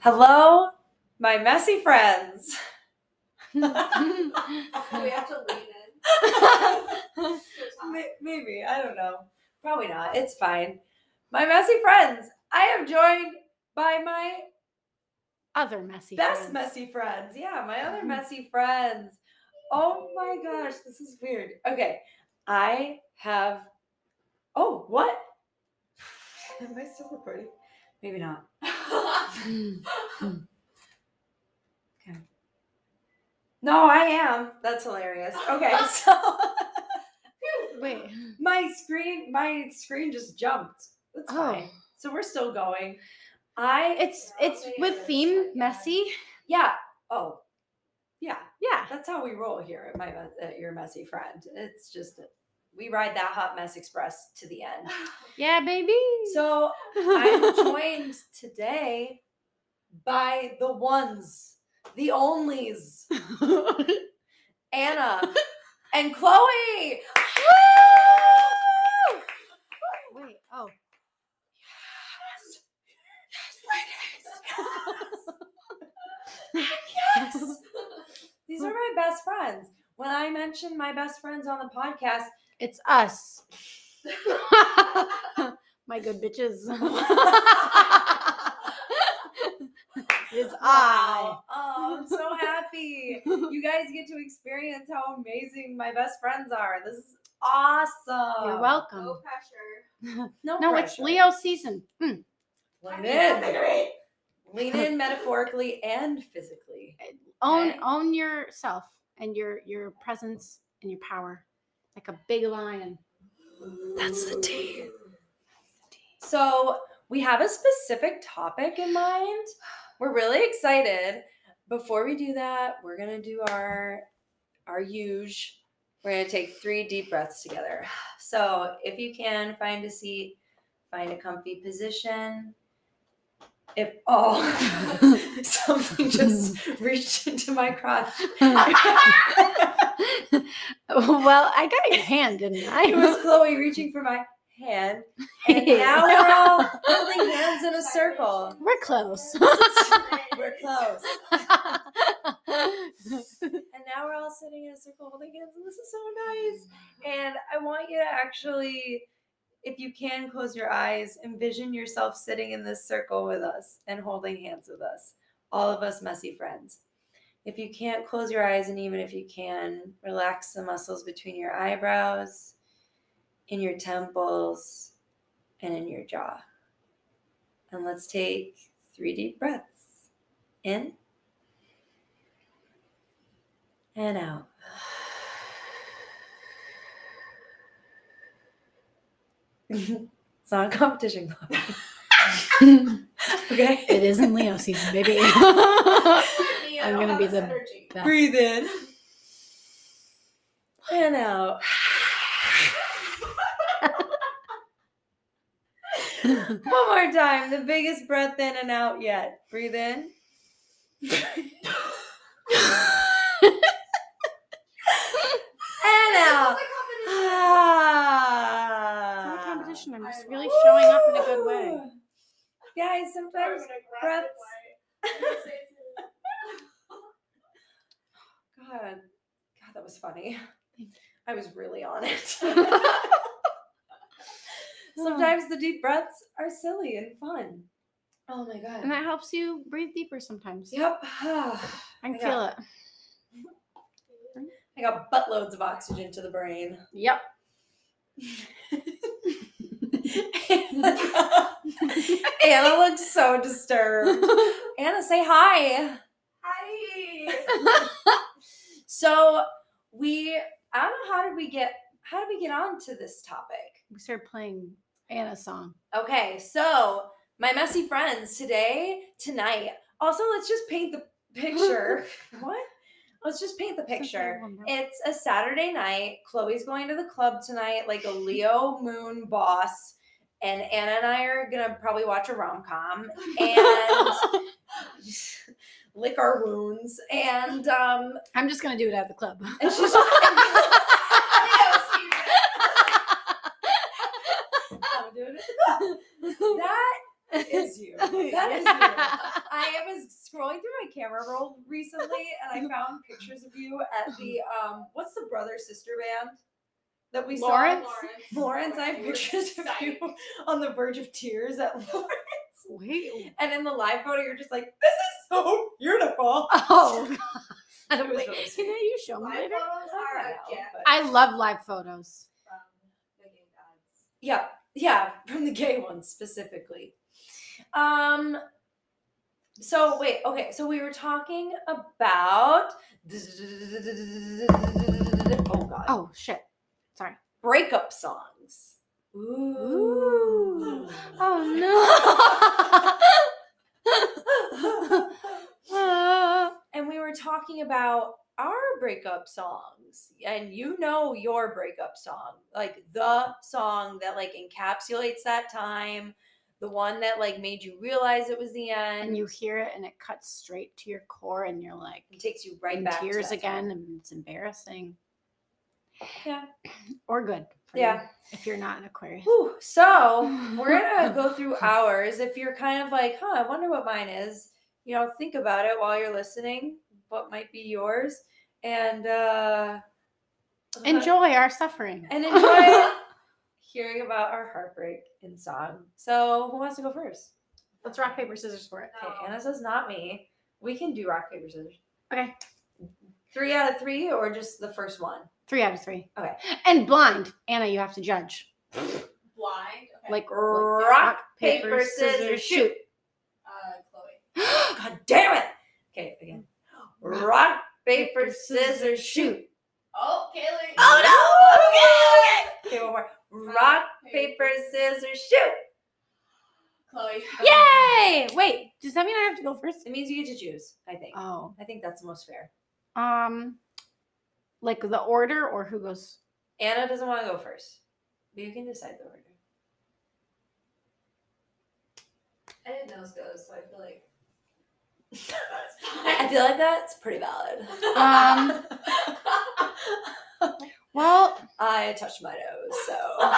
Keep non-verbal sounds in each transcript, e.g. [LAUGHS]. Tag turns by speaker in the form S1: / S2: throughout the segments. S1: Hello, my messy friends.
S2: Do [LAUGHS] we have to lean in?
S1: [LAUGHS] May- Maybe, I don't know. Probably not. It's fine. My messy friends, I am joined by my
S3: [LAUGHS] Other messy.
S1: best
S3: friends.
S1: messy friends. Yeah, my other
S2: Mm-hmm.
S3: Mhm.
S1: messy friends. Oh my gosh, this is weird. Okay, I have. Oh, what? [LAUGHS] Am I still recording? Maybe not. [LAUGHS]
S2: [LAUGHS]
S3: Mm.
S1: No, I am. That's hilarious.
S3: [LAUGHS]
S1: Okay, so
S3: Wait.
S1: my screen, my screen just jumped. That's fine.
S3: Oh,
S1: So we're still going. I
S3: it's
S2: Yeah, I'll
S3: it's
S2: say
S3: with
S2: it's
S3: theme
S2: like-
S3: messy.
S1: yeah. Oh, yeah.
S3: Yeah.
S1: That's how we roll here at my mes- at your messy friend. It's just we ride that hot mess express to the end.
S3: Yeah, baby.
S1: So
S3: [LAUGHS]
S1: I'm joined today by the ones, the onlys,
S3: [LAUGHS]
S1: Anna and Chloe.
S3: Wait. Oh.
S1: Yes. These are my best friends. When I mention my best friends on the podcast,
S3: It's us. [LAUGHS] My good bitches. [LAUGHS] it's I.
S1: Wow. Oh, I'm so happy. You guys get to experience how amazing my best friends are. This is awesome.
S3: You're
S2: No
S3: welcome.
S2: pressure.
S1: No,
S3: No, it's
S1: pressure.
S3: Leo season. Mm.
S1: Lean
S2: I mean,
S1: in.
S2: figure it.
S1: Lean in metaphorically and physically.
S3: Own
S1: Okay.
S3: own yourself and your your presence and your power, like a big lion.
S1: That's the tea. So we have a specific topic in mind. We're really excited. Before we do that, we're gonna do our our huge. We're gonna take three deep breaths together. So if you can find a seat, find a comfy position. If oh [LAUGHS] something just [LAUGHS] reached into my [LAUGHS] crotch.
S3: [LAUGHS] well, I got your hand, didn't I?
S1: It
S3: [LAUGHS]
S1: was Chloe reaching for my hand. And [LAUGHS] now we're all holding hands in a circle.
S3: We're [LAUGHS] close.
S1: [LAUGHS] We're close. And now we're all sitting in a circle holding hands, and this is so nice. And I want you to actually, if you can, close your eyes, envision yourself sitting in this circle with us and holding hands with us, all of us messy friends. If you can't, close your eyes, and even if you can, relax the muscles between your eyebrows, in your temples, and in your jaw. And let's take three deep breaths in and out. [SIGHS] it's not a competition club.
S3: it
S1: [LAUGHS] Okay.
S3: isn't Leo season, [LAUGHS] baby.
S2: Me, I
S3: I'm
S2: don't
S3: gonna
S2: have
S3: be
S2: this
S3: the
S2: energy.
S3: Best.
S1: Breathe in and out. One more time. The biggest breath in and out yet. Breathe in. [LAUGHS] And
S2: This is
S1: out.
S2: a
S1: Ah.
S3: It's not a
S2: competition.
S3: competition. I'm just
S2: I
S3: really
S2: love it.
S3: showing up in a good way.
S1: [GASPS] Woo! Guys,
S2: I'm
S1: sometimes
S2: gonna grab
S1: breaths. [LAUGHS] God, God, that was funny.
S3: Thank
S1: I was really on it.
S3: [LAUGHS]
S1: [LAUGHS]
S2: it.
S1: Sometimes the deep breaths are silly and fun. Oh my
S3: And
S1: God.
S3: that helps you breathe deeper sometimes.
S1: Yep. [SIGHS]
S3: I can
S1: I got-
S3: feel it.
S1: I got buttloads of oxygen to the
S3: [LAUGHS]
S1: brain. [LAUGHS]
S3: Yep.
S1: Anna looks so disturbed. Anna, say hi.
S2: Hi.
S1: [LAUGHS] So we, I don't know how did we get how did we get on to this topic?
S3: We started playing Anna's song.
S1: Okay, so my messy friends today, tonight. Also, let's just paint the picture. what? Let's just paint the
S3: Since
S1: picture.
S3: everyone knows.
S1: It's a Saturday night. Chloe's going to the club tonight, like a Leo Moon boss. And Anna and I are gonna probably watch a rom com and lick our wounds. And um,
S3: I'm just gonna do it at the [LAUGHS] club.
S1: and she's just I'm doing it. That is you. That is you. I was scrolling through my camera roll recently, and I found pictures of you at the um, what's the brother sister band that we
S3: Lawrence?
S1: saw? Lawrence, I have pictures of
S2: [LAUGHS]
S1: you on the verge of tears at Lawrence,
S3: Wait.
S1: and in the live photo, you're just like, "This is so beautiful." [LAUGHS]
S3: Oh. God.
S1: It was
S3: Wait,
S1: really
S3: can
S1: sweet.
S3: you show me
S2: My
S3: later?
S2: photos
S1: I
S2: are
S1: don't
S2: a
S1: know,
S2: gift
S1: but-
S3: I love live photos.
S2: from the gay gods.
S1: Yeah, yeah, from the gay ones specifically. Um so wait, okay, so we were talking about oh god.
S3: Oh shit. Sorry.
S1: Breakup songs.
S3: Ooh.
S1: Oh,
S3: no. Ah.
S1: [LAUGHS] and we were talking about our breakup songs and you know your breakup song like the song that like encapsulates that time the one that like made you realize it was the end
S3: and you hear it and it cuts straight to your core and you're like
S1: it takes you right
S3: in
S1: back to
S3: tears
S1: that
S3: again
S1: time.
S3: and it's embarrassing.
S1: Yeah.
S3: Or good. for you,
S1: yeah
S3: if you're not an Aquarius.
S1: Whew. so we're [LAUGHS] gonna go through ours if you're kind of like huh i wonder what mine is you know think about it while you're listening what might be yours and uh
S3: Enjoy our suffering.
S1: [LAUGHS] and enjoy hearing about our heartbreak in song. So who wants to go first?
S3: Let's rock, paper, scissors for it.
S1: Okay,
S2: No.
S1: Anna says not me. We can do rock paper scissors.
S3: Okay.
S1: Three out of three, or just the first one.
S3: Three out of three.
S1: Okay.
S3: And blind. Anna, you have to judge.
S2: Blind. Okay.
S3: Like
S1: Rock, paper, scissors, shoot.
S2: uh, Chloe.
S1: [GASPS] God damn it! Okay, again. Rock paper scissors shoot.
S2: Oh, Kaylee.
S1: Oh no! Okay, okay. Okay, one more. Rock paper scissors shoot.
S2: Chloe.
S3: Yay! Wait, does that mean I have to go first?
S1: It means you get to choose. I think.
S3: Oh.
S1: I think that's the most fair.
S3: Um like the order or who goes
S1: Anna doesn't want to go first, but you can decide the [LAUGHS] order.
S2: I didn't know those, so I feel like
S1: I feel like that's pretty valid.
S3: Um, well
S1: I touched my nose, [LAUGHS] so I'm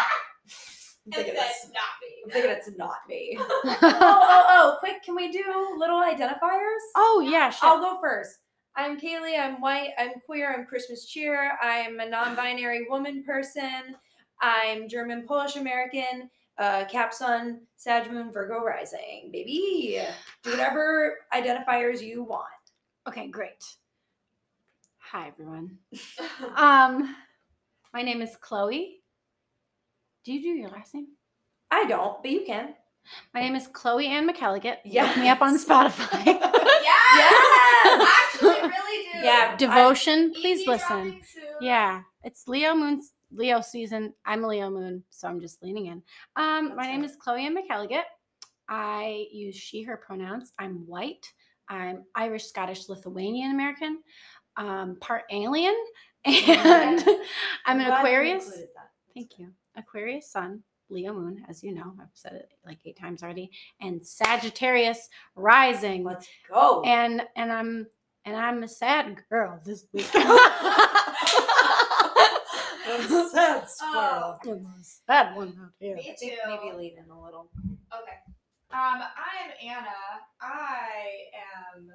S2: and
S1: thinking,
S2: said
S1: it's,
S2: not
S1: I'm
S2: me.
S1: thinking it's not [LAUGHS] me. oh,
S3: Oh
S1: oh, oh! Quick, can we do little identifiers?
S3: yeah, shit.
S1: I'll go first. I'm Kaylee. I'm white. I'm queer. I'm Christmas cheer. I'm a non-binary woman person. I'm German, Polish American. Uh, Capsun, Sag Moon, Virgo rising, baby. Do whatever identifiers you want.
S3: Okay, great. Hi everyone. Um my name is Chloe. Do you do your last name?
S1: I don't, but you can.
S3: My name is Chloe Ann McCalligut. Look me
S1: Yes.
S3: up
S1: [LAUGHS]
S3: on Spotify.
S2: yeah.
S1: Yes!
S3: [LAUGHS]
S2: Actually, really do.
S1: Yeah,
S3: Devotion,
S2: EP
S3: please listen.
S2: dropping soon.
S3: Yeah, it's Leo Moon Leo season. I'm a Leo Moon, so I'm just leaning in. Um, my
S1: That's
S3: name
S1: right.
S3: is Chloe Ann McCalligut. I use she/her pronouns. I'm white. I'm Irish, Scottish, Lithuanian American, um, part alien, [LAUGHS] and [LAUGHS] I'm an
S1: Oh, glad you
S3: Aquarius.
S1: included that. That's
S3: Thank you. Aquarius Sun, Leo Moon, as you know, I've said it like eight times already, and Sagittarius Rising.
S1: Let's go.
S3: And and I'm and I'm a sad girl
S1: [LAUGHS]
S3: this week. [LAUGHS]
S1: I'm sad squirrel.
S3: [LAUGHS] That one out here.
S1: I
S2: Oh, Me too.
S1: think maybe lean in a little.
S2: Okay. Um, I'm Anna. I am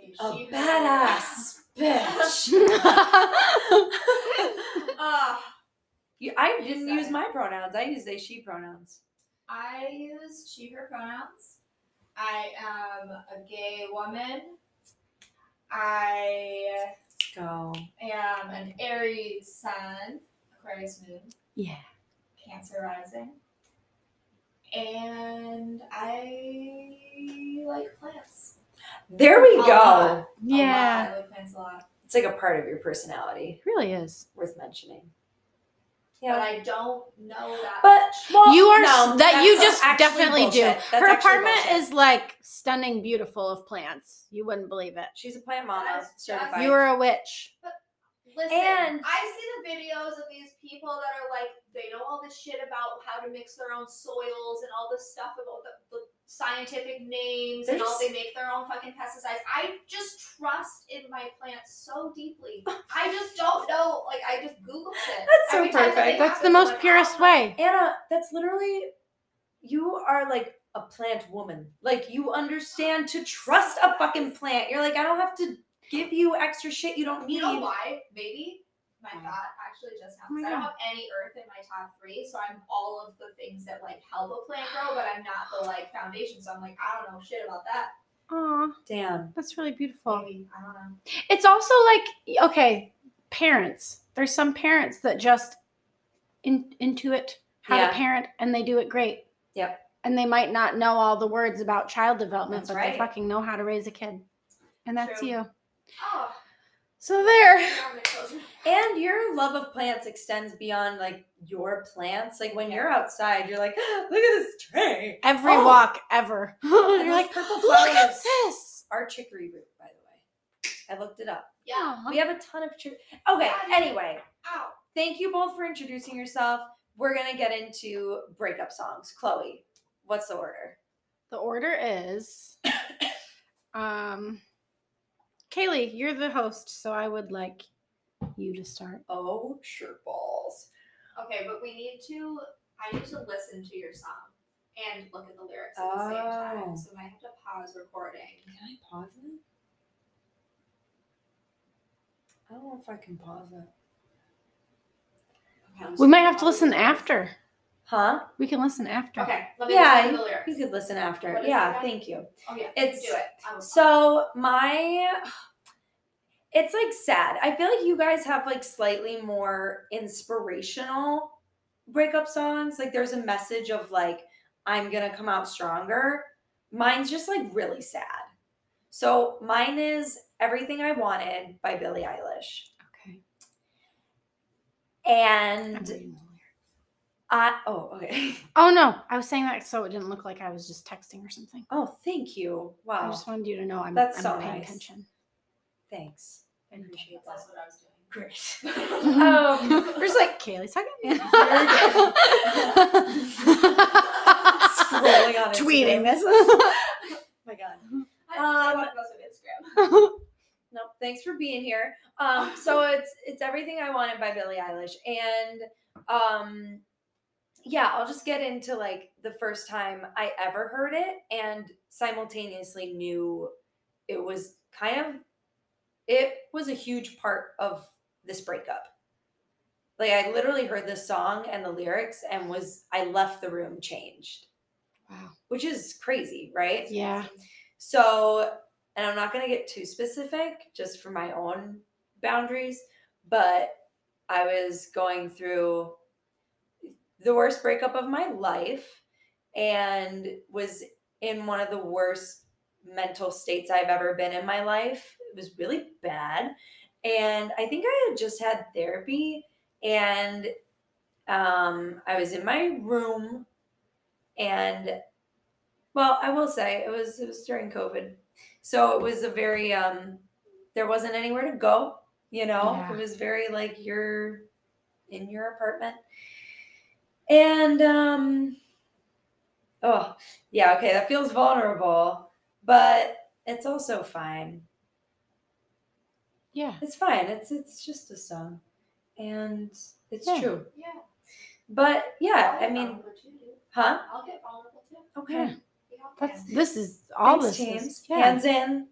S1: A
S2: she-
S1: badass bitch.
S2: [LAUGHS] Uh,
S1: You, I didn't
S2: said
S1: use
S2: it.
S1: my pronouns. I use they she pronouns.
S2: I use she, her pronouns. I am a gay woman. I
S1: Go.
S2: am an Aries sun, Aquarius moon,
S3: [LAUGHS] yeah.
S2: Cancer rising. And I like plants.
S1: There we
S2: A
S1: go.
S2: lot. A
S3: Yeah.
S2: lot. I like plants a lot.
S1: It's like a part of your personality
S3: It really is.
S1: worth mentioning.
S2: But
S1: Yeah.
S2: I don't know that.
S1: But well,
S3: you are
S1: no,
S3: s- that you
S1: that's
S3: just
S1: actually
S3: definitely
S1: bullshit.
S3: do.
S1: That's
S3: Her
S1: actually
S3: apartment
S1: bullshit.
S3: is like stunning, beautiful of plants. You wouldn't believe it.
S1: She's a plant mama
S2: That's
S1: certified.
S2: Right.
S3: You are a witch.
S2: Listen,
S1: And-
S2: I see the videos of these people that are like, they know all this shit about how to mix their own soils and all this stuff about the, the scientific names and all
S1: There's-
S2: they make their own fucking pesticides. I just trust in my plants so deeply. I just don't know. Like, I just Googled
S1: [LAUGHS]
S2: it.
S1: That's so
S2: Every time something
S1: perfect.
S2: happens,
S3: That's the
S2: I'm
S3: most
S2: like,
S3: purest
S2: "Oh,
S3: way.
S1: Anna, that's literally you are like a plant woman. Like you understand to trust a fucking plant. You're like, I don't have to give you extra shit you don't need.
S2: You know why? Maybe my
S3: Why?
S2: thought actually just now.
S3: Oh my
S2: 'cause I don't have any earth in my top three, so I'm all of the things that like help a plant grow, but I'm not the like foundation. So I'm like, I don't know shit about that.
S3: Aw,
S1: Damn.
S3: that's really beautiful.
S2: Maybe I don't know.
S3: It's also like okay, parents. There's some parents that just in, intuit how
S1: Yeah.
S3: to parent and they do it great.
S1: Yep.
S3: And they might not know all the words about child development,
S1: That's
S3: but
S1: right.
S3: they fucking know how to raise a kid. And that's
S2: True.
S3: you. [LAUGHS]
S2: Oh,
S3: So there.
S2: I'm gonna close your-
S1: And your love of plants extends beyond like your plants. Like when you're outside, you're like, "Ah, look at this [LAUGHS] tree.
S3: Every
S1: Oh.
S3: walk
S1: [LAUGHS]
S3: ever.
S1: And
S3: You're
S1: those
S3: like,
S1: purple
S3: look at
S1: flowers
S3: this.
S1: are chicory root, by the way. I looked it up.
S2: yeah.
S3: Oh.
S1: We have a ton of chicory. Okay. Anyway,
S2: Ow.
S1: thank you both for introducing yourself. We're gonna get into breakup songs. Chloe, what's the order?
S3: The order
S1: [COUGHS]
S3: is um Kaylee, you're the host, so I would like you to start.
S1: Oh, sure balls.
S2: Okay, but we need to. I need to listen to your song and look at the lyrics at the same
S1: Oh.
S2: time. So I might have to pause recording.
S1: Can I pause it? I don't know if I can pause it.
S2: Okay, I'm
S3: We
S2: just-
S3: might have to listen after.
S1: Huh?
S3: We can listen after.
S2: Okay, let me
S1: Yeah,
S2: listen to the lyrics.
S1: You could listen after.
S2: What is it
S1: Yeah,
S2: again?
S1: thank you.
S2: Oh yeah,
S1: It's-
S2: do it. I'm-
S1: So my it's like sad. I feel like you guys have like slightly more inspirational breakup songs. Like there's a message of like I'm going to come out stronger. Mine's just like really sad. So mine is Everything I Wanted by Billie Eilish.
S3: Okay. I'm
S1: And
S3: reading the lyrics.
S1: I oh okay. [LAUGHS]
S3: Oh no, I was saying that so it didn't look like I was just texting or something.
S1: Oh, thank you.
S3: I
S1: Wow.
S3: just wanted you to know I'm,
S1: Oh, That's
S3: I'm
S1: so
S3: paying
S1: nice. [LAUGHS]
S3: attention. [LAUGHS]
S1: Thanks. I appreciate that.
S2: That's what I was doing.
S1: [LAUGHS] Great.
S3: Um, We're just like Kaylee's [LAUGHS] talking.
S1: Scrolling on
S3: Tweeting
S1: Instagram.
S3: this.
S1: Oh [LAUGHS] my god.
S2: I don't
S1: Um,
S2: know what's on Instagram.
S1: Nope. Thanks for being here. Um, so it's it's everything I wanted by Billie Eilish, and um, yeah, I'll just get into like the first time I ever heard it, and simultaneously knew it was kind of it was a huge part of this breakup. Like I literally heard this song and the lyrics, and was I left the room changed,
S3: wow.
S1: which is crazy, right?
S3: [LAUGHS] Yeah.
S1: So, and I'm not going to get too specific just for my own boundaries, but I was going through the worst breakup of my life and was in one of the worst mental states I've ever been in my life. It was really bad. And I think I had just had therapy and um, I was in my room and well, I will say it was it was during COVID. So it was a very um there wasn't anywhere to go, you know.
S3: Yeah.
S1: It was very like you're in your apartment. And um oh, yeah, okay, that feels vulnerable, but it's also fine.
S3: Yeah.
S1: It's fine. It's it's just a song. And it's
S3: Yeah.
S1: true.
S2: Yeah.
S1: But yeah,
S2: I'll
S1: I
S2: get
S1: mean,
S2: vulnerable too, dude.
S1: huh?
S2: I'll get vulnerable too.
S1: Okay.
S2: We all
S3: That's
S2: can.
S3: this is all
S1: Thanks,
S3: this
S1: James.
S3: Is, yeah.
S1: Hands in.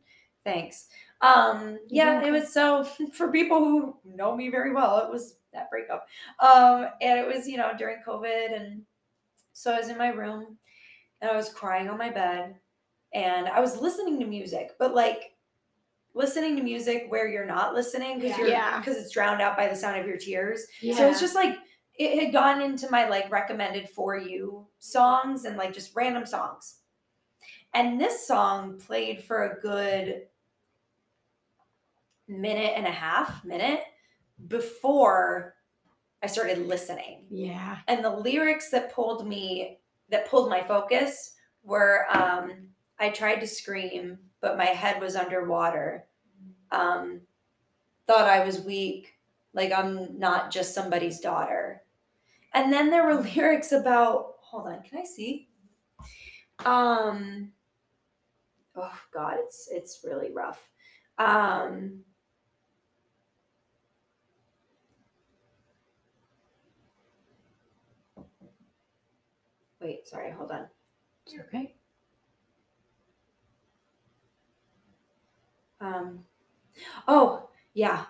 S1: Thanks. Um,
S3: You're
S1: yeah,
S3: doing
S1: it was so [LAUGHS] for people who know me very well, it was that breakup. Um, and it was, you know, during COVID and so I was in my room and I was crying on my bed and I was listening to music, but like listening to music where you're not listening because
S2: Yeah.
S1: you're
S3: Yeah.
S1: because it's drowned out by the sound of your tears.
S3: yeah.
S1: So it's just like it had gone into my like recommended for you songs and like just random songs. And this song played for a good minute and a half, minute before I started listening.
S3: yeah.
S1: And the lyrics that pulled me that pulled my focus were um I tried to scream, but my head was underwater um, thought I was weak, like I'm not just somebody's daughter. And then there were [LAUGHS] lyrics about, hold on, can I see? Um, oh God, it's it's really rough. Um, wait, sorry, hold on.
S3: It's okay.
S1: Um, oh, yeah.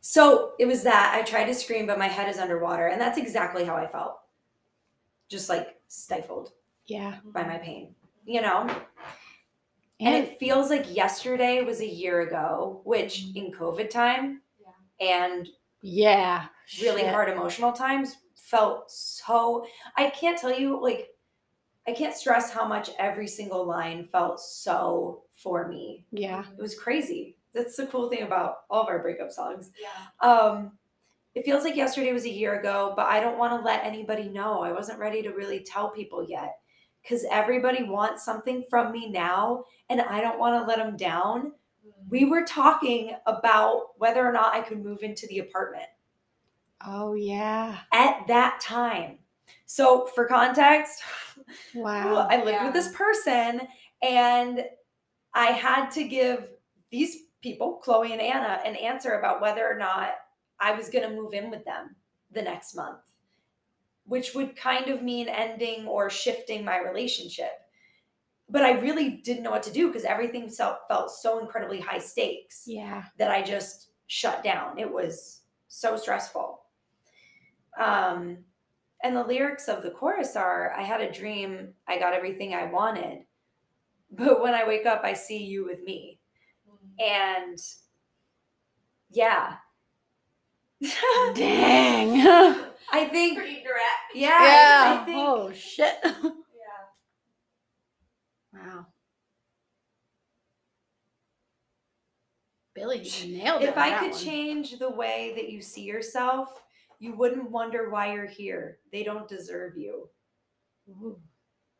S1: So it was that I tried to scream, but my head is underwater. And that's exactly how I felt just like stifled
S3: Yeah.
S1: by my pain, you know? And
S3: And
S1: it feels like yesterday was a year ago, which
S3: Mm-hmm.
S1: in COVID time and
S3: yeah.
S1: really
S3: shit.
S1: hard emotional times felt so. I can't tell you, like, I can't stress how much every single line felt so for me
S3: Yeah.
S1: it was crazy. That's the cool thing about all of our breakup songs.
S2: Yeah.
S1: Um, it feels like yesterday was a year ago, but I don't want to let anybody know. I wasn't ready to really tell people yet because everybody wants something from me now, and I don't want to let them down. We were talking about whether or not I could move into the apartment
S3: Oh yeah.
S1: at that time. So, for context,
S3: Wow.
S1: I lived
S2: Yeah.
S1: with this person and I had to give these people, Chloe and Anna, an answer about whether or not I was going to move in with them the next month, which would kind of mean ending or shifting my relationship. But I really didn't know what to do because everything felt, felt so incredibly high stakes
S3: Yeah.
S1: that I just shut down. It was so stressful. Um, and the lyrics of the chorus are I had a dream, I got everything I wanted, but when I wake up, I see you with me.
S2: Mm-hmm.
S1: And yeah, [LAUGHS]
S2: [LAUGHS]
S3: Dang. yeah.
S1: I think,
S2: Pretty direct.
S1: yeah, I- I think
S3: oh shit.
S2: Yeah.
S3: wow. Billy you nailed it.
S1: if
S3: on
S1: I
S3: Oh, that
S1: could
S3: one.
S1: change the way that you see yourself, you wouldn't wonder why you're here. They don't deserve you.
S3: Ooh.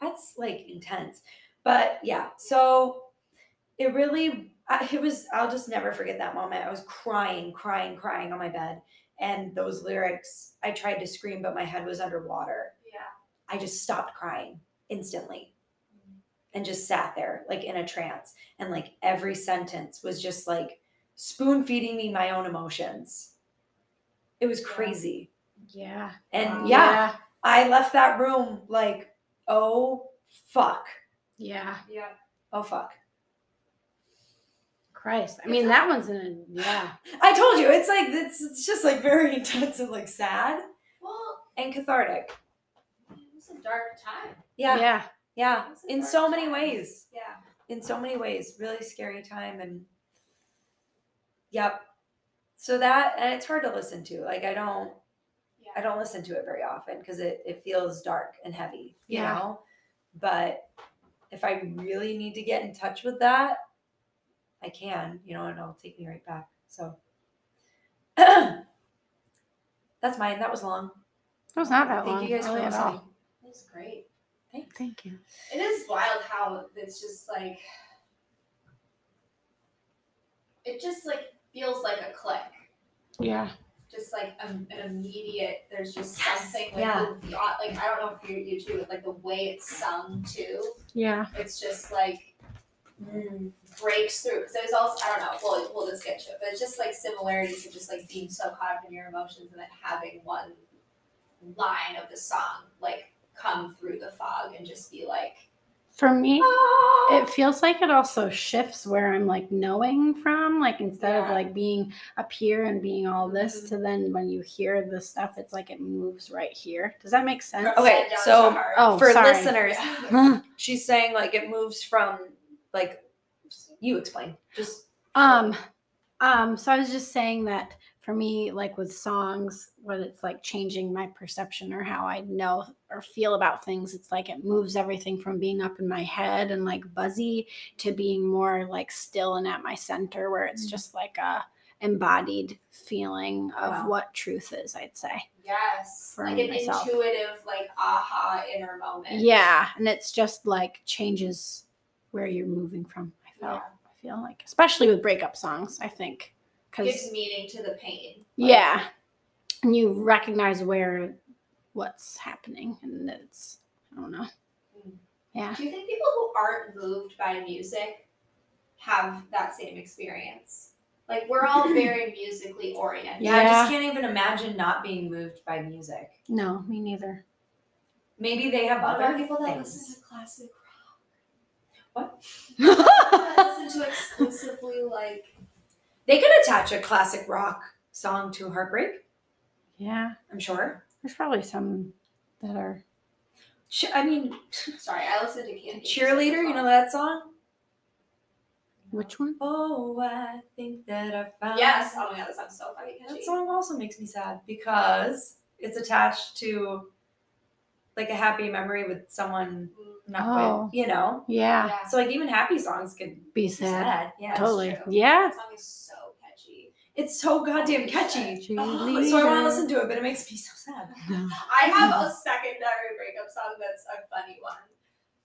S1: that's like intense but yeah so it really I- it was i'll just never forget that moment i was crying crying crying on my bed and those lyrics i tried to scream but my head was underwater
S2: Yeah.
S1: i just stopped crying instantly and just sat there like in a trance and like every sentence was just like spoon feeding me my own emotions it was crazy
S3: Yeah.
S1: and
S2: Wow.
S1: yeah i left that room like oh fuck
S3: Yeah.
S2: Yeah.
S1: oh fuck
S3: Christ. I mean, that one's in a yeah.
S1: I told you, it's like it's, it's just like very [LAUGHS] intense and like sad
S2: Well,
S1: and cathartic.
S2: it was a dark time.
S1: Yeah, yeah.
S2: It's a
S1: In
S2: dark
S1: so many
S2: time.
S1: ways.
S2: Yeah.
S1: In so many ways. Really scary time and yep. So that and it's hard to listen to. Like I don't I
S2: Yeah.
S1: don't listen to it very often because it, it feels dark and heavy, you
S3: Yeah.
S1: know? But if I really need to get in touch with that, I can, you know, and it'll take me right back. So [CLEARS THROAT] that's mine. That was long.
S3: That was not that
S1: Thank
S3: long. Oh,
S1: you guys for
S3: really at
S1: listening.
S3: all.
S2: It was great.
S3: Thank you.
S2: It is wild how it's just like it just like feels like a click.
S3: Yeah.
S2: Just like a, an immediate, there's just
S1: Yes.
S2: something like,
S1: Yeah.
S2: the, the- like I don't know if you you too, but like the way it's sung too.
S3: Yeah.
S2: It's just like mm, breaks through because there's also I don't know. We'll we'll just get to it, but it's just like similarities of just like being so caught up in your emotions and then having one line of the song like come through the fog and just be like,
S3: For me,
S2: oh,
S3: it feels like it also shifts where I'm like knowing from, like instead of
S2: Yeah.
S3: like being up here and being all
S1: Mm-hmm.
S3: this, to then when you hear this stuff, it's like it moves right here. Does that make sense?
S2: from
S1: Okay,
S2: head down to
S1: so-
S2: heart.
S3: Oh,
S1: For
S3: sorry.
S1: listeners,
S3: um,
S1: she's saying like it moves from like you explain. Just
S3: um. So I was just saying that for me, like with songs, when it's like changing my perception or how I know or feel about things, it's like it moves everything from being up in my head and like buzzy to being more like still and at my center, where it's
S1: Mhm.
S3: just like a embodied feeling of
S1: Wow.
S3: what truth is. I'd say.
S2: [LAUGHS] yes,
S3: for
S2: like an
S3: myself.
S2: intuitive like aha inner moment.
S3: Yeah, and it's just like changes where you're moving from. I felt,
S2: Yeah.
S3: I feel like, especially with breakup songs, I think, because
S2: gives meaning to the pain. Like,
S3: yeah, and you recognize where what's happening, and it's I don't know.
S2: Mm.
S3: Yeah,
S2: Do you think people who aren't moved by music have that same experience? Like
S4: [CLEARS THROAT]
S2: we're all very musically oriented.
S1: yeah, I
S3: Yeah. [LAUGHS]
S1: just can't even imagine not being moved by music.
S3: no, me neither.
S4: Maybe they have
S2: What
S4: other
S2: about people that
S4: things.
S2: listen to classic rock?
S3: I
S2: That listen to exclusively like
S4: They could attach a classic rock song to Heartbreak,
S3: yeah,
S4: I'm sure.
S3: there's probably some that are.
S4: Sh- I mean,
S2: sorry, I listen to Candy.
S4: Cheerleader, you know that song?
S3: Which one?
S4: Oh, I think that I found.
S2: Yes. Oh my god, that sounds so fucking
S4: That
S2: catchy.
S4: song also makes me sad because it's attached to like a happy memory with someone
S2: Mm,
S4: not
S3: Oh.
S4: with, you know?
S3: Yeah,
S2: yeah.
S4: So like even happy songs can
S3: be
S4: be
S3: sad.
S4: sad. Yeah.
S3: Totally.
S2: true.
S3: Yeah.
S2: That song is so catchy.
S4: It's so goddamn catchy.
S3: Cheerleader.
S4: So I want to listen to it, but it makes me so sad.
S2: I have a secondary breakup song that's a funny one,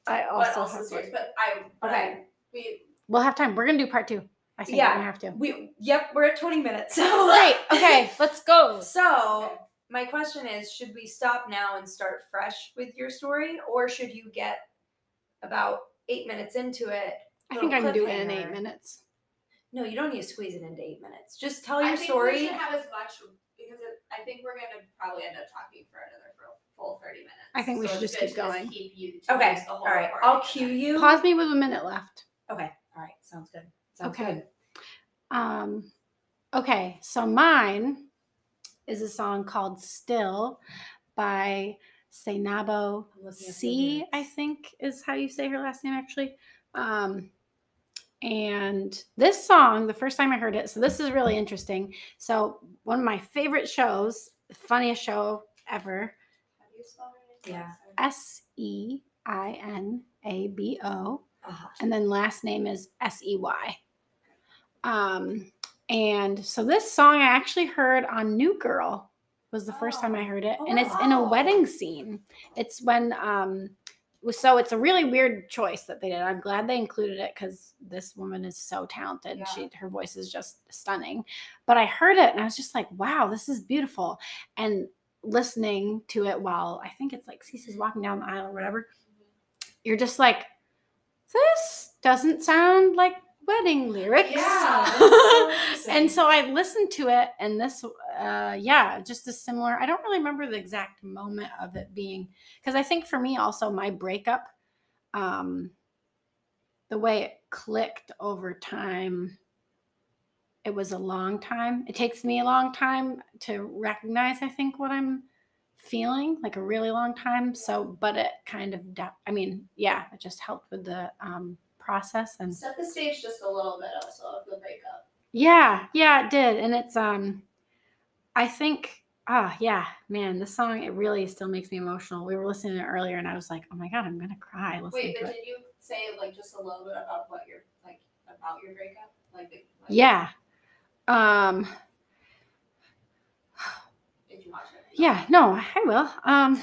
S4: I
S2: but also serious. But I
S4: Oh, Okay.
S2: I- we
S3: We'll have time. We're gonna do part two. I think
S4: Yeah.
S3: we're gonna have to.
S4: We yep, we're at 20 minutes. So
S3: [LAUGHS] Great.
S4: [LAUGHS]
S3: Okay, let's
S2: Oh,
S3: go.
S4: So my question is, should we stop now and start fresh with your story, or should you get about eight minutes into it?
S3: I think I can do it in
S4: Cliffhanger.
S3: eight minutes.
S4: No, you don't need to squeeze it into eight minutes. Just tell
S2: I
S4: your
S2: think we
S4: story.
S2: should have as much because it, I think we're gonna probably end up talking for another full, full thirty minutes.
S3: I think we
S2: So
S3: should
S2: it's
S3: just
S2: good
S3: keep
S2: to
S3: going.
S2: keep you to
S4: okay.
S2: use the
S4: All
S2: whole
S4: right.
S2: recording
S4: I'll
S2: for
S4: cue
S2: that.
S4: you.
S3: Pause me with a minute left.
S4: Okay. All right. Sounds good. Sounds
S3: Okay.
S4: good.
S3: Um, okay, so mine is a song called "Still" by Sainabo
S4: I'm looking up the
S3: C, I
S4: lyrics.
S3: think is how you say her last name actually. Um, and this song, the first time I heard it, so this is really interesting. So one of my favorite shows, the funniest show ever,
S2: How do you spell her name?
S4: Yeah.
S2: Sorry.
S3: S E I N A B O,
S4: Uh-huh.
S3: and then last name is S E Y. Um, and so this song I actually heard on New Girl was the first time I heard it, and it's in a
S2: Oh.
S3: wedding scene. It's when um, so it's a really weird choice that they did. I'm glad they included it because this woman is so talented.
S2: Yeah.
S3: She her voice is just stunning. But I heard it and I was just like, wow, this is beautiful. And listening to it while I think it's like Cece's walking down the aisle or whatever, you're just like, this doesn't sound like wedding lyrics. [LAUGHS] and so I listened to it, and this, uh, yeah, just a similar. I don't really remember the exact moment of it being because I think for me also my breakup, um, the way it clicked over time. It was a long time. It takes me a long time to recognize. I think what I'm feeling like a really long time. So, but it kind of. da- I mean, yeah, it just helped with the um, process and
S2: Set the stage just a little bit also of the breakup.
S3: yeah, yeah, it did. And it's um I think ah yeah, man, this song it really still makes me emotional. We were listening to it earlier and I was like, "Oh my god, I'm going to cry listening
S2: Wait,
S3: to
S2: but
S3: it."
S2: did you say like just a little bit about what your like about your breakup? Like, the- like
S3: Yeah. Um
S2: Did you watch it?
S3: yeah, no, I will. Um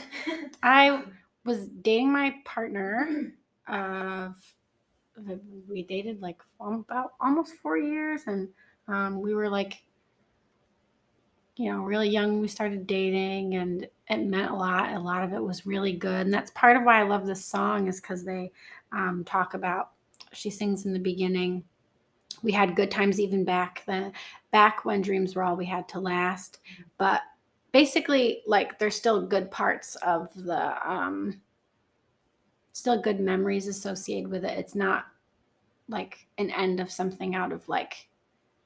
S3: I was dating my partner of we dated like al- about almost 4 years and um we were like you know, really young, we started dating and it meant a lot. A lot of it was really good. And that's part of why I love this song is because they um, talk about, she sings in the beginning, we had good times even back then, back when dreams were all we had to last. But basically, like, there's still good parts of the, um, still good memories associated with it. It's not like an end of something out of like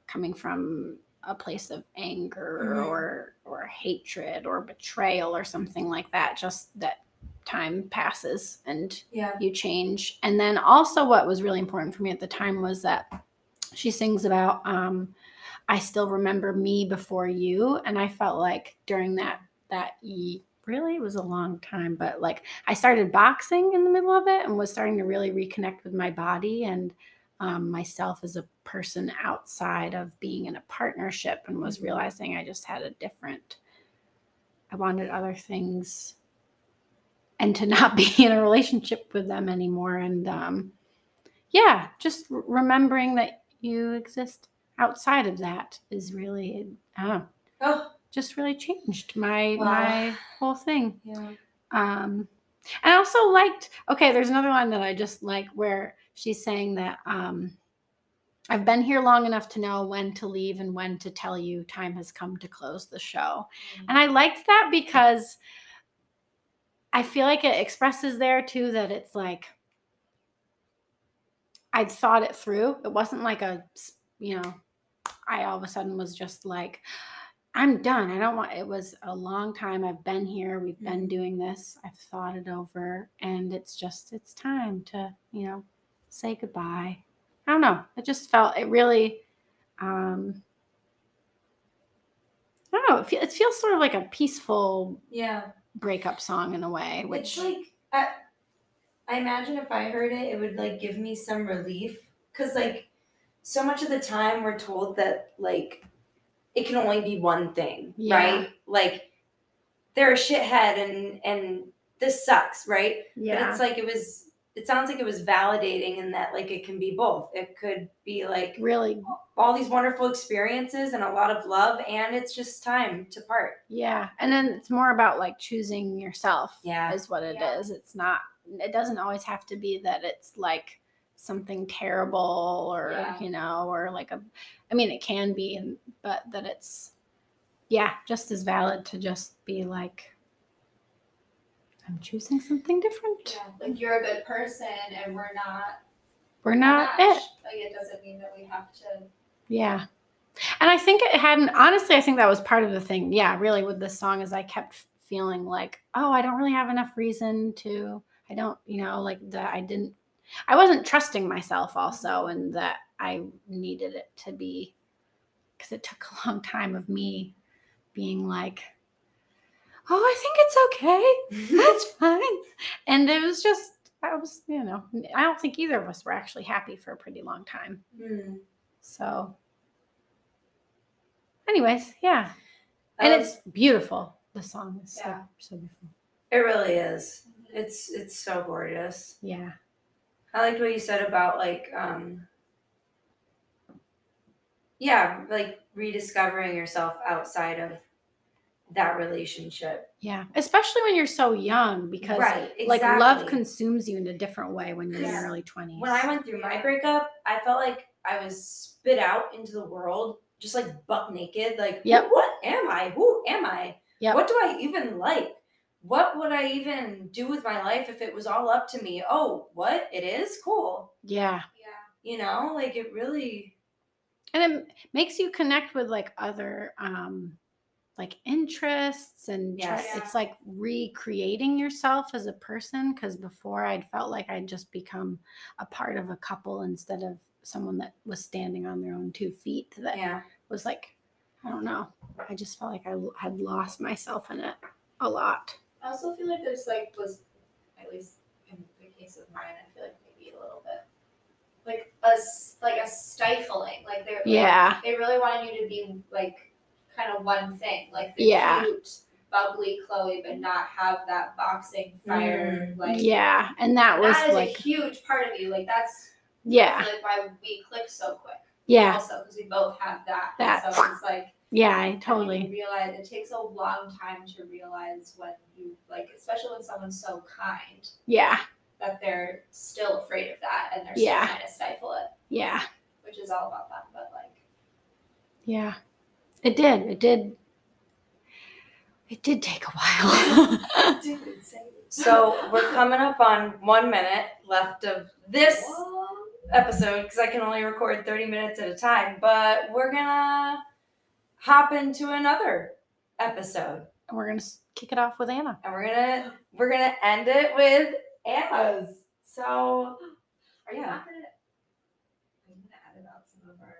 S3: coming from a place of anger
S4: Mhm.
S3: or or hatred or betrayal or something like that just that time passes and
S4: yeah.
S3: you change and then also what was really important for me at the time was that she sings about um i still remember me before you and i felt like during that that ye- really it was a long time but like i started boxing in the middle of it and was starting to really reconnect with my body and um, myself as a person outside of being in a partnership and was
S4: Mhm.
S3: realizing i just had a different i wanted other things and to [LAUGHS] not be in a relationship with them anymore and um, yeah just r- remembering that you exist outside of that is really i don't know
S4: Oh.
S3: just really changed my
S4: Wow.
S3: my whole thing.
S4: Yeah.
S3: Um, and I also liked. Okay, there's another one that I just like where she's saying that um, I've been here long enough to know when to leave and when to tell you time has come to close the show. And I liked that because. I feel like it expresses there too that it's like I thought it through. It wasn't like a, s- you know, I all of a sudden was just like, I'm done. I don't want, it was a long time. I've been here. We've been
S1: Mm-hmm.
S3: doing this. I've thought it over. And it's just, it's time to, you know, say goodbye. I don't know. It just felt, it really, um, I don't know. It, feel, it feels sort of like a peaceful
S1: Yeah.
S3: breakup song in a way,
S1: It's
S3: which
S1: like I, I imagine if I heard it, it would like give me some relief because like so much of the time we're told that like it can only be one thing,
S3: Yeah.
S1: right? Like they're a shithead and and this sucks, right? But it's like it was. It sounds like it was validating in that like it can be both. It could be like
S3: really,
S1: all these wonderful experiences and a lot of love, and it's just time to part.
S3: yeah. And then it's more about like choosing yourself.
S1: Yeah.
S3: is what it is.
S2: Yeah.
S3: It's not. It doesn't always have to be that it's like something terrible or
S2: Yeah.
S3: you know or like a. I mean, it can be, and but that it's, yeah, just as valid to just be like. I'm choosing something different.
S2: Yeah, like you're a good person and we're not
S3: We're
S2: a
S3: not
S2: match.
S3: it.
S2: Like it doesn't mean that we have to
S3: Yeah. And I think it hadn't, honestly, I think that was part of the thing. Yeah, really, with this song, is I kept feeling like, oh, I don't really have enough reason to, I don't, you know, like that I didn't, I wasn't trusting myself also, and that I needed it to be, because it took [LAUGHS] a long time of me being like, oh, I think it's okay. That's fine. And it was just, I was, you know, I don't think either of us were actually happy for a pretty long time.
S1: Hmm.
S3: So, anyways, yeah, and
S1: Um,
S3: it's beautiful. The song is
S2: Yeah.
S3: so, so beautiful.
S1: it really is. It's it's so gorgeous.
S3: Yeah,
S1: I liked what you said about like um yeah, like rediscovering yourself outside of that relationship.
S3: yeah, especially when you're so young, because
S1: right.
S3: like love
S1: exactly.
S3: consumes you in a different way when you're in your
S2: Yeah.
S3: early twenties.
S1: when I went through my breakup, I felt like I was spit out into the world, just like butt naked. Like,
S3: Yep.
S1: what am I? Who am I?
S3: Yep.
S1: What do I even like? What would I even do with my life if it was all up to me? Oh, what? It is? Cool.
S3: yeah,
S2: yeah.
S1: You know, like it really
S3: and it makes you connect with like other um like interests and try-
S1: Yes.
S3: it's like recreating yourself as a person because before i'd felt like i'd just become a part of a couple instead of someone that was standing on their own two feet that
S1: yeah.
S3: was like i don't know i just felt like i l- had lost myself in it a lot
S2: I also feel like there's like was at least in the case of mine, I feel like maybe a little bit like a s- like a stifling. Like they're
S3: yeah
S2: they really wanted you to be like kind of one thing, like the
S3: Yeah.
S2: cute, bubbly Chloe, but not have that boxing fire. Like
S3: Mm. yeah and that
S2: that
S3: was
S2: is
S3: like
S2: a huge part of you. Like that's
S3: yeah
S2: like why we click so quick.
S3: yeah
S2: Also, because we both have that.
S3: That-
S2: So it's like
S3: yeah i
S2: I
S3: totally
S2: realize it takes a long time to realize when you like, especially when someone's so kind
S3: yeah
S2: that they're still afraid of that and they're
S3: Yeah.
S2: still trying to stifle it,
S3: yeah
S2: which is all about them. But like,
S1: [LAUGHS]
S3: yeah it did it did it did take a while [LAUGHS]
S2: dude, say
S1: So
S2: [LAUGHS]
S1: we're coming up on one minute left of this
S2: Whoa.
S1: episode because I can only record 30 minutes at a time, but we're gonna hop into another episode
S3: and we're gonna s- kick it off with anna
S1: and we're gonna we're gonna end it with Anna's. So
S2: Are you
S1: Yeah.
S2: not gonna? I'm gonna edit out some of our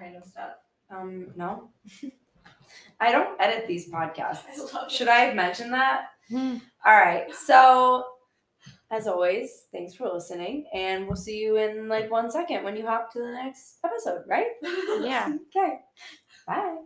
S2: random stuff.
S1: um no. [LAUGHS] I don't edit these podcasts.
S2: I love it.
S1: Should I
S2: [LAUGHS]
S1: have mentioned that?
S3: Hmm.
S1: All right. So, as always, thanks for listening, and we'll see you in like one second when you hop to the next episode, right?
S3: yeah
S1: Okay. Bye.